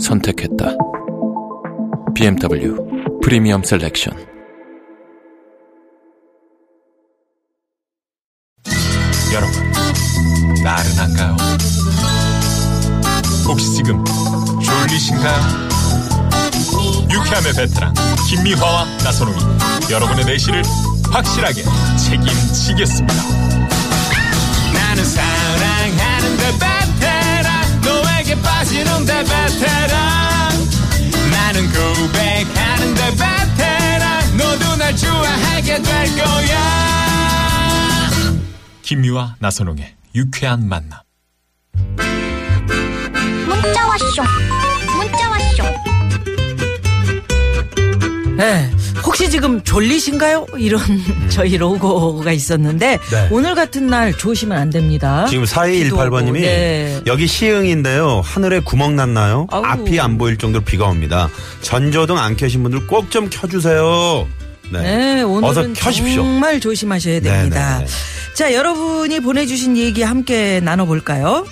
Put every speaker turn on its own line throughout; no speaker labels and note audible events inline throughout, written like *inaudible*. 선택했다. BMW 프리미엄 셀렉션.
여러분, 나른한가요? 혹시 지금 졸리신가요? 유쾌함의 베테랑 김미화와 나선홍이 여러분의 내실을 확실하게 책임지겠습니다. 나는 사랑하는데 베테랑 너에게 빠지는데 베테랑 나는 고백하는데 베테랑 너도 날 좋아하게 될 거야. 김유와 나선홍의 유쾌한 만남.
문자 왔쇼 문자 왔쇼
네. 혹시 지금 졸리신가요? 이런 *laughs* 저희 로고가 있었는데
음. 네.
오늘 같은 날 조심은 안 됩니다.
지금
아? 비도 오고,
4218번님이
네.
여기 시흥인데요. 하늘에 구멍 났나요?
아우.
앞이 안 보일 정도로 비가 옵니다. 전조등 안 켜신 분들 꼭 좀 켜주세요. 네.
네,
어서
오늘은
켜십시오.
정말 조심하셔야
네,
됩니다.
네, 네.
자, 여러분이 보내주신 얘기 함께 나눠볼까요?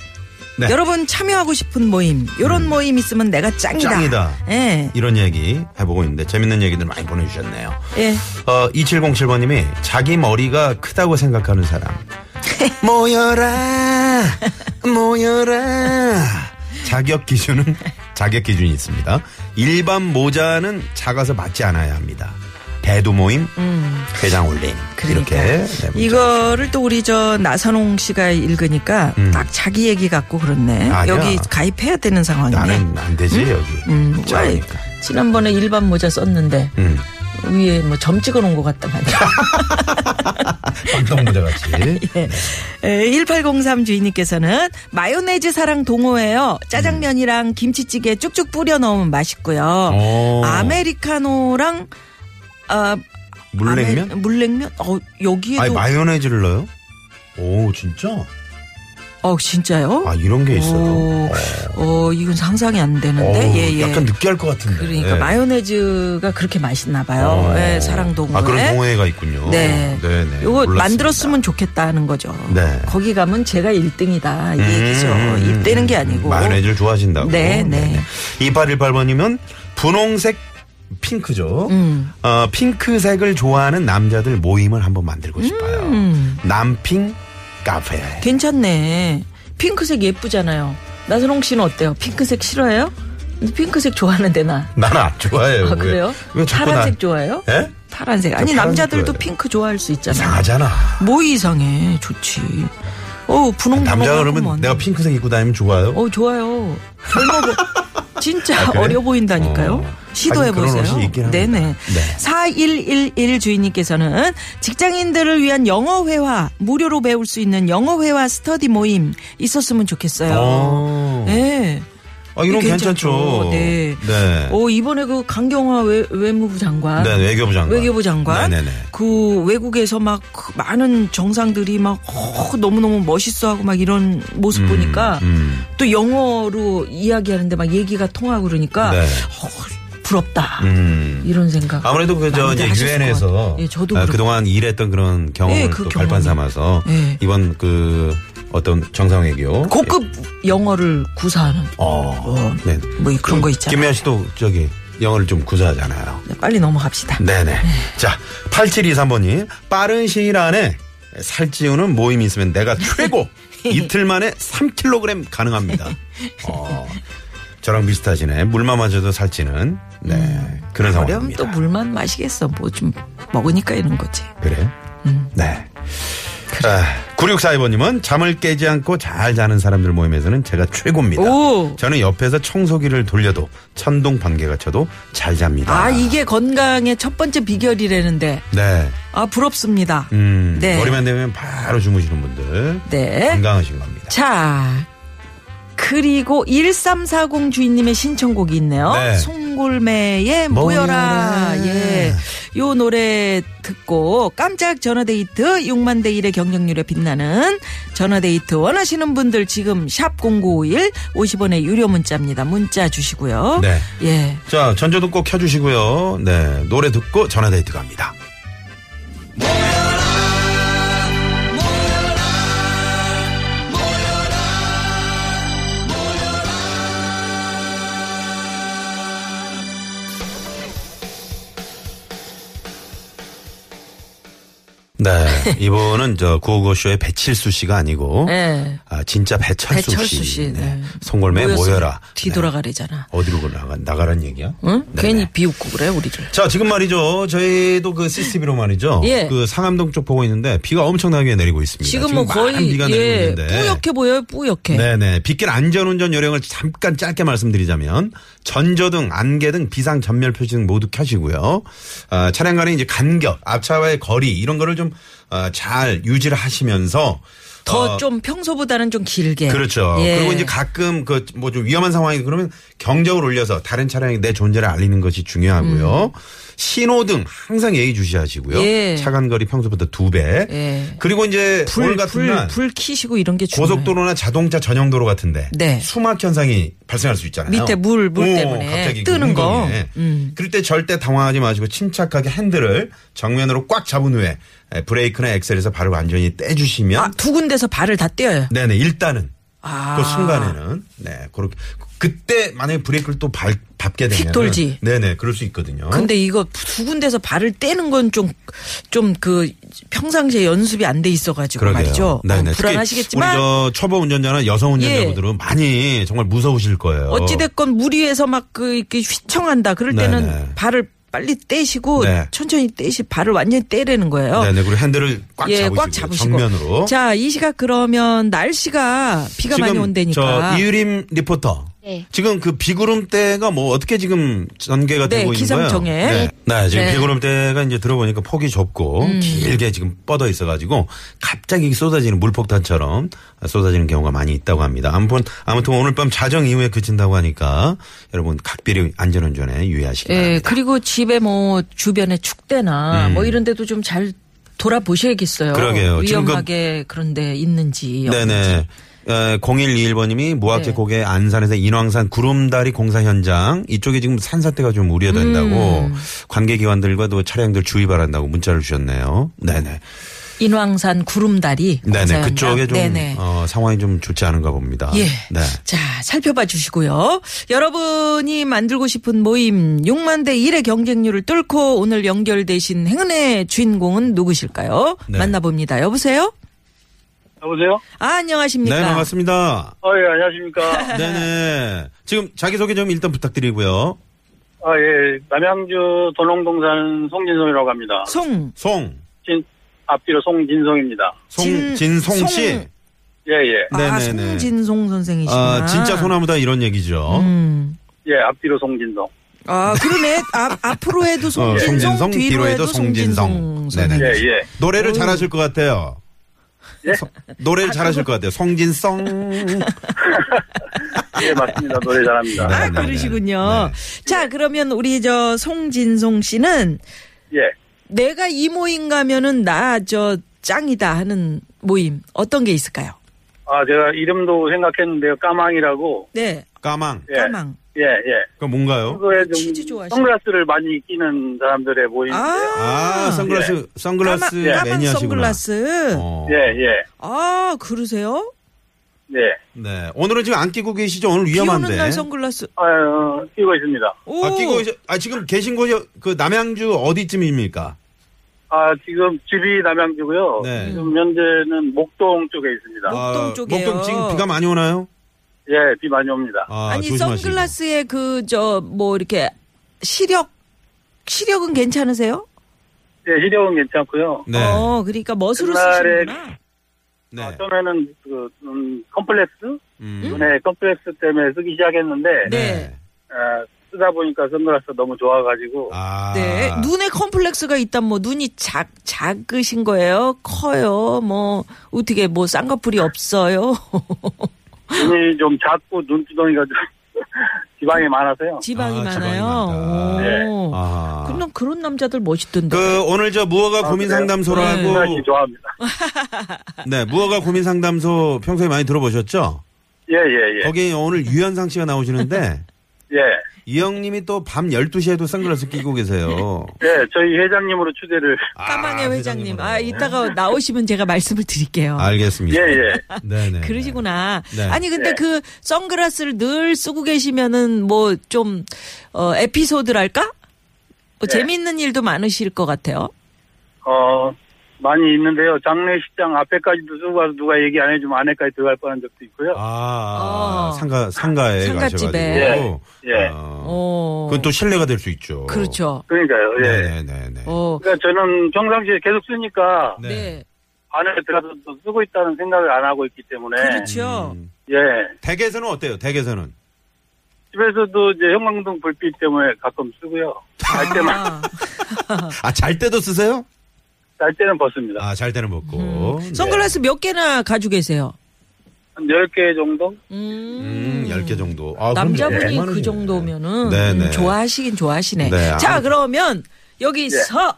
네. 음.
여러분 참여하고 싶은 모임, 이런 모임 있으면 내가 짱이다.
짱이다.
예,
이런 얘기 해보고 있는데 재밌는 얘기들 많이 보내주셨네요.
예.
어, 2707번님이 자기 머리가 크다고 생각하는
*laughs*
사람. 모여라, 모여라. 자격 기준은 자격 기준이 있습니다. 일반 모자는 작아서 맞지 않아야 합니다. 대두 모임, 회장 올림
음. 그러니까.
이렇게 네, 문자.
이거를 또 우리 저 나선홍 씨가 읽으니까
음.
딱 자기 얘기 같고 그렇네.
아니야.
여기 가입해야 되는 상황이네.
나는 안 되지 여기.
음, 예. 왜
작으니까.
지난번에 일반 모자 썼는데
음,
위에 뭐 점 찍어 놓은 것 같단 말이야.
빵떡 모자 같이.
*laughs* 예. 1803 주인님께서는 마요네즈 사랑 동호회요. 짜장면이랑 김치찌개 쭉쭉 뿌려 넣으면 맛있고요.
오.
아메리카노랑 아,
물냉면?
아메- 물냉면? 어, 여기에도
아니 마요네즈를 넣어요? 오 진짜?
어, 진짜요?
아 이런 게 있어요.
오. 어, 이건 상상이 안 되는데.
어우,
예, 예.
약간 느끼할 것 같은데.
그러니까
예.
마요네즈가 그렇게 맛있나 봐요.
어.
예, 사랑 동호회.
아, 그런 동호회가 있군요.
네.
네, 네.
요거
몰랐습니다.
만들었으면 좋겠다는 거죠.
네.
거기 가면 제가 1등이다. 이 얘기죠.
음, 음,
입대는 게
음,
아니고.
마요네즈를 좋아하신다고.
네, 네.
2818번이면 분홍색 핑크죠.
음.
어, 핑크색을 좋아하는 남자들 모임을 한번 만들고 싶어요.
음.
남핑 카페.
그 괜찮네. 핑크색 예쁘잖아요. 나선홍 씨는 어때요? 핑크색 싫어해요? 근데 핑크색 좋아하는데 나.
난 안 좋아해요.
아,
왜-
그래요?
왜 자꾸
파란색
나-
좋아해요?
예?
파란색. 아니,
저 파란색
남자들도
좋아해요.
핑크 좋아할 수 있잖아요.
이상하잖아.
뭐 이상해. 좋지. 어, 분홍
남자 그러면 내가 핑크색 입고 다니면 좋아요.
어, 좋아요. 잘
*laughs*
먹어. 진짜
아, 그래?
어려 보인다니까요.
어.
시도해
하긴 그런
보세요.
옷이 있긴 합니다.
네네.
네.
4111 주인님께서는 직장인들을 위한 영어 회화 무료로 배울 수 있는 영어 회화 스터디 모임 있었으면 좋겠어요.
오.
네.
아, 이런
이게
괜찮죠.
네.
네.
오 이번에 그 강경화 외, 무부 장관.
네, 외교부 장관.
외교부 장관.
네네네.
그 외국에서 막그 많은 정상들이 막 어, 너무너무 멋있어하고 막 이런 모습 보니까
음.
또 영어로 이야기하는데 막 얘기가 통하고 그러니까
네.
어, 부럽다
음.
이런 생각.
아무래도 그저
많이들
이제
하셨을 것
유엔에서
같아요. 예, 저도 그렇고.
그동안 일했던 그런 경험을
예, 그
또
경험이.
발판 삼아서
예.
이번 그 어떤 정상회교
고급 영어를 구사하는
어, 네.
뭐 그런 거 있잖아요.
김미아 씨도 저기 영어를 좀 구사하잖아요.
네, 빨리 넘어갑시다.
네네. 자, 8723번님 빠른 시일 안에 살찌우는 모임이 있으면 내가
*laughs*
최고 이틀 만에 3kg 가능합니다. 어, 저랑 비슷하시네. 물만 마셔도 살찌는 네 그런
음. 그럼
상황입니다.
또 물만 마시겠어. 뭐 좀 먹으니까 이런 거지.
그래요?
음.
네. 아, 9642번님은 잠을 깨지 않고 잘 자는 사람들 모임에서는 제가 최고입니다.
오.
저는 옆에서 청소기를 돌려도 천둥 번개가 쳐도 잘 잡니다.
아 이게 건강의 첫 번째 비결이라는데
네.
아 부럽습니다.
음,
네.
머리만 대면 바로 주무시는 분들
네.
건강하신 겁니다.
자, 그 그리고 1340 주인님의 신청곡이 있네요.
네.
송골매의 모여라.
모여라.
예. 요 노래 듣고 깜짝 전화데이트 6만 대 1의 경쟁률에 빛나는 전화데이트 원하시는 분들 지금 샵 0951 50원의 유료 문자입니다. 문자 주시고요.
네.
예.
자, 전조등 꼭 켜주시고요. 네. 노래 듣고 전화데이트 갑니다.
*laughs*
네. 이분은 저 구호고쇼의 배칠수 씨가 아니고.
예.
아, 진짜 배철수,
배철수
씨.
씨,
네.
네.
송골매
모여서
모여라.
뒤돌아가래잖아.
네. 어디로 나가, 나가란 얘기야?
응?
네네. 네,
괜히 비웃고 그래 우리를.
자, 지금 말이죠. 저희도 그 CCTV로 말이죠.
예.
그 상암동 쪽 보고 있는데 비가 엄청나게 내리고 있습니다.
지금 뭐
많은
거의
비가 내리고
예,
있는데.
뿌옇게 보여요. 뿌옇게.
네네. 빗길 안전운전 요령을 잠깐 짧게 말씀드리자면 전조등, 안개등, 비상 전멸 표지 등 모두 켜시고요. 아, 차량 간의 이제 간격, 앞차와의 거리 이런 거를 좀 아, 잘 유지를 하시면서
더
어,
좀 평소보다는 좀 길게.
그렇죠.
예.
그리고 이제 가끔 그 뭐 좀 위험한 상황이 그러면 경적을 올려서 다른 차량에 내 존재를 알리는 것이 중요하고요. 신호등 항상 예의주시하시고요.
음. 예.
차간거리 평소보다 두 배.
예.
그리고 이제 오늘
불,
같은
불,
날
불 키시고 이런 게 중요해요.
고속도로나 자동차 전용도로 같은데
음. 네.
수막 현상이 발생할 수 있잖아요.
밑에 물, 물
오,
때문에
갑자기 그
뜨는 거. 음.
운동에. 그럴 때 절대 당황하지 마시고 침착하게 핸들을 정면으로 꽉 잡은 후에 브레이크나 엑셀에서 발을 완전히 떼주시면
아, 두 군데서 발을 다 떼어요.
네네 일단은
아.
그 순간에는 네 그렇게 그때 만약에 브레이크를 또 밟, 밟게 되면
돌지.
네네 그럴 수 있거든요.
근데 이거 두 군데서 발을 떼는 건 좀 좀 그 평상시에 연습이 안 돼 있어가지고
그러게요.
말이죠.
네네.
어,
특히 우리
불안하시겠지만 예.
저 초보 운전자나 여성 운전자분들은 많이 정말 무서우실 거예요.
어찌됐건 무리해서 막 그 이렇게 휘청한다. 그럴 때는
네네.
발을 빨리 떼시고
네.
천천히 떼시 발을 완전히 떼라는 거예요.
네네 그리고 핸들을 꽉
예,
잡으시고
꽉 잡으시고.
정면으로.
자, 이 시각 그러면 날씨가 비가 많이
지금
온다니까.
저 이유림 리포터.
네.
지금 그 비구름대가 뭐 어떻게 지금 전개가
네,
되고 있는 거예요?
기상청에.
네. 네, 지금
네. 음.
비구름대가 이제 들어보니까 폭이 좁고 길게 지금 뻗어 있어가지고 갑자기 쏟아지는 물폭탄처럼 쏟아지는 경우가 많이 있다고 합니다. 아무튼 아무튼 오늘 밤 자정 이후에 그친다고 하니까 여러분 각별히 안전운전에 유의하시기
예,
바랍니다.
그리고 집에 뭐 주변에 축대나
네. 음.
뭐 이런 데도 좀 잘 돌아보셔야겠어요.
그러게요. 지금 그-
위험하게 그런데 있는지. 없는지.
네네. 0121번님이
네.
모학계 고개 안산에서 인왕산 구름다리 공사 현장 이쪽에 지금 산사태가 좀
음.
우려된다고 관계기관들과도 차량들 주의 바란다고 문자를 주셨네요. 네네.
인왕산 구름다리.
네네.
공사현장.
그쪽에 좀
네네.
어, 상황이 좀 좋지 않은가 봅니다.
예.
네.
자, 살펴봐 주시고요. 여러분이 만들고 싶은 모임 6만 대 1의 경쟁률을 뚫고 오늘 연결되신 행운의 주인공은 누구실까요?
네.
만나봅니다. 여보세요?
여보세요?
아, 안녕하십니까?
네, 반갑습니다.
아, 예, 안녕하십니까.
*laughs*
네네. 지금 자기소개 좀 일단 부탁드리고요.
아, 예, 남양주 도농동산 송진성이라고 합니다.
송.
송.
진, 앞뒤로 송진성입니다.
송,
진-
진송 씨.
송.
예, 예.
아,
네네네.
송진송 선생이시구나.
아, 진짜 소나무다 이런 얘기죠.
음.
예, 앞뒤로 송진성.
아, 그러네. 앞, 앞으로 해도
어,
송진성, 뒤로 해도 송진성.
네네.
예, 예.
음.
노래를 잘하실 것 같아요.
예?
성- 노래를 잘하실 것
*laughs*
같아요. 성진성.
예, 맞습니다. 노래 잘합니다.
아, *laughs*
네네네.
그러시군요. 자, 그러면 우리 저 송진송 씨는 네.
예.
내가 이 모임 가면은 나 저 짱이다 하는 모임 어떤 게 있을까요?
아, 제가 이름도 생각했는데요. 까망이라고.
네.
까망.
예.
까망.
예, 예.
그 뭔가요?
평소에
어? 치즈
좀
좋아하시네.
선글라스를 많이 끼는 사람들의 모임인데요.
아, 선글라스, 선글라스
예. 까마- 까망
매니아시구나.
선글라스.
어.
예, 예.
아, 그러세요?
예.
네. 오늘은 지금 안 끼고 계시죠? 오늘
비
위험한데.
오는 날 선글라스.
아, 어, 끼고 있습니다.
오.
아, 끼고 계셔- 아, 지금 계신 곳이 그 남양주 어디쯤입니까?
아, 지금 집이 남양주고요.
네.
지금 현재는 목동 쪽에 있습니다.
목동
아,
쪽이에요.
목동 지금 비가 많이 오나요?
예, 비 많이 옵니다.
아,
아니
조심하시고.
선글라스에 그 저 뭐 이렇게 시력 시력은 괜찮으세요?
예, 시력은 괜찮고요.
네.
어, 그러니까 멋으로
옛날에
쓰시는구나.
네.
아, 처음에는 그 음, 컴플렉스
음.
눈에 컴플렉스 때문에 쓰기 시작했는데
네.
아, 쓰다 보니까 선글라스 너무 좋아가지고
아.
네. 눈에 컴플렉스가 있다 뭐 눈이 작 작으신 거예요? 커요? 뭐 어떻게 뭐 쌍꺼풀이 없어요?
눈이 좀 작고 눈두덩이가 좀 *laughs* 지방이 많아서요.
*laughs* 지방이
아, 지방이
많아요.
많다.
오.
아.
그럼 그런 남자들 멋있던데.
그 오늘 저 무허가
아,
고민
그래요?
상담소라고
네. 좋아합니다.
네 무허가 고민 상담소 평소에 많이 들어보셨죠?
예, 예, 예.
거기 오늘 유현상 씨가 나오시는데
예.
이 형님이 또 밤 12시에도 선글라스 끼고 계세요.
예, 저희 회장님으로 추대를.
*laughs* 까망의
아,
회장님.
회장님으로.
아, 이따가 나오시면 제가 말씀을 드릴게요.
예,
알겠습니다.
예.
네네.
그러시구나.
네.
아니 근데 그 선글라스를 늘 쓰고 계시면은 뭐 좀 어, 에피소드랄까?
네.
뭐 재미있는 일도 많으실 것 같아요.
어, 많이 있는데요. 장례식장 앞에까지도 쓰고 가서 누가 얘기 안 해주면 안에까지 들어갈 뻔한 적도 있고요.
아,
어.
상가 상가에 가셔가지고.
상가집에.
예, 예.
어,
어.
그건 또 신뢰가 될 수 있죠.
그렇죠.
그러니까요, 예.
네네네.
어.
그러니까 저는 평상시에 계속 쓰니까
네.
안에 들어가서 또 쓰고 있다는 생각을 안 하고 있기 때문에.
음.
그렇죠.
예.
댁에서는 어때요? 댁에서는
집에서도 이제 형광등 불빛 때문에 가끔 쓰고요. 잘 때만,
아.
아 잘 때도 쓰세요?
잘 때는 벗습니다.
아 잘 때는 벗고. 네.
음. 선글라스 몇 개나 가지고 계세요?
한 10개 정도?
음.
음, 10개 정도. 아, 그럼
남자분이
얼마나
그
좋네.
정도면은
네, 네.
음, 좋아하시긴 좋아하시네.
네,
자,
아무-
그러면 여기서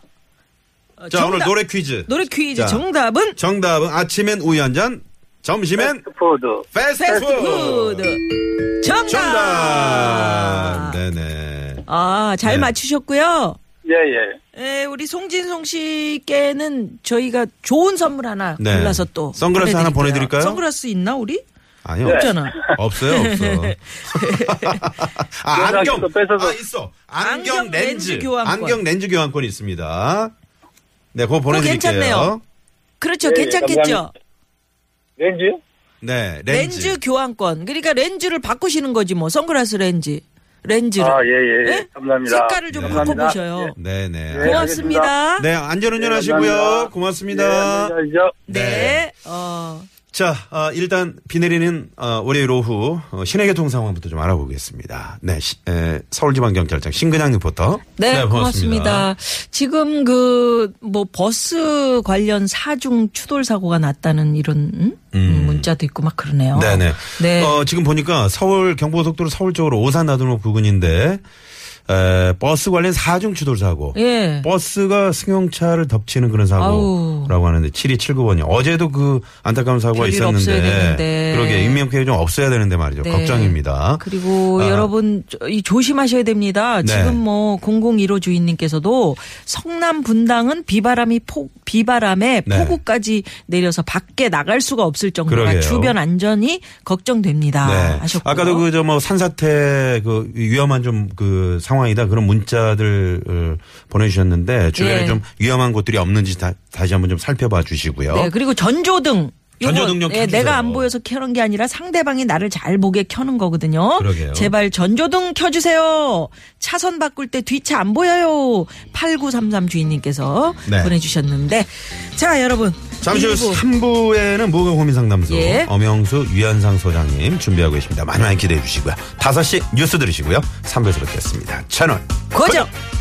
어,
예. 자, 오늘
정답-
노래 퀴즈.
노래 퀴즈
자.
정답은
정답은 아침엔 우유 한 잔, 점심엔
푸드.
패스트푸드.
패스트푸드. 아. 정답.
정답. 네네.
아, 잘
네.
맞추셨고요.
예, 예.
에, 우리 송진송 씨께는 저희가 좋은 선물 하나
네.
골라서 또
선글라스 하나
보내드릴게요.
보내드릴까요?
선글라스 있나 우리?
아니요.
네. 없잖아. 네.
없어요, 없어.
*laughs*
아,
그래서
안경.
또 뺏어서-
아, 있어. 안경,
안경
렌즈.
렌즈 교환권.
안경 렌즈 교환권 있습니다. 네, 그거 보내드릴게요.
괜찮네요. 그렇죠,
예,
괜찮겠죠.
감사합니다. 렌즈요?
네,
렌즈.
렌즈.
교환권. 그러니까 렌즈를 바꾸시는 거지 뭐 선글라스 렌즈, 렌즈를
아, 예, 예.
예?
감사합니다.
색깔을 좀
네.
바꿔보셔요.
네네.
예,
고맙습니다.
네, 안전운전
예,
하시고요.
감사합니다.
고맙습니다.
예, 안녕히 가시죠.
네. 어.
자, 아, 일단 비 내리는 어, 월요일 오후 어, 시내 교통 상황부터 좀 알아보겠습니다. 네, 시- 에, 서울지방경찰청 신근양 리포터.
네,
고맙습니다.
고맙습니다. 지금 그 뭐 버스 관련 사중 추돌 사고가 났다는 이런 음? 문자도 있고 막 그러네요.
네네.
네.
어, 지금 보니까 서울 경부고속도로 서울 쪽으로 오산 나들목 부근인데 에, 버스 관련 사중 추돌 사고.
예.
버스가 승용차를 덮치는 그런 사고라고 하는데 7279번이 어제도 그 안타까운 사고가
별일
있었는데
없어야 되는데.
그러게 인명피해 좀 없어야 되는데 말이죠.
네.
걱정입니다.
그리고
아.
여러분 저- 이 조심하셔야 됩니다.
네.
지금 뭐 001호 주인님께서도 성남 분당은 비바람이 폭 비바람에
네.
폭우까지 내려서 밖에 나갈 수가 없을 정도라
그러게요. 네.
주변 안전이 걱정됩니다. 하셨고요.
아까도 그 저 뭐 산사태 그 위험한 좀 그 상황이다 그런 문자들 어, 보내주셨는데 주변에
예.
좀 위험한 곳들이 없는지 다, 다시 한번 좀 살펴봐 주시고요.
네, 그리고 전조등. 요거,
어? 전조등 좀
예,
켜주세요.
내가 안 보여서 켜는 게 아니라 상대방이 나를 잘 보게 켜는 거거든요.
그러게요.
제발 전조등 켜주세요. 차선 바꿀 때 뒤차 안 보여요. 8933 주인님께서
네.
보내주셨는데. 자, 여러분.
잠시 후
일부
3부에는 무허가 고민 상담소
예.
엄영수 유현상 소장님 준비하고 계십니다. 많이 많이 기대해 주시고요. 5시 뉴스 들으시고요. 3부에서 뵙겠습니다. 채널
고정.
고정!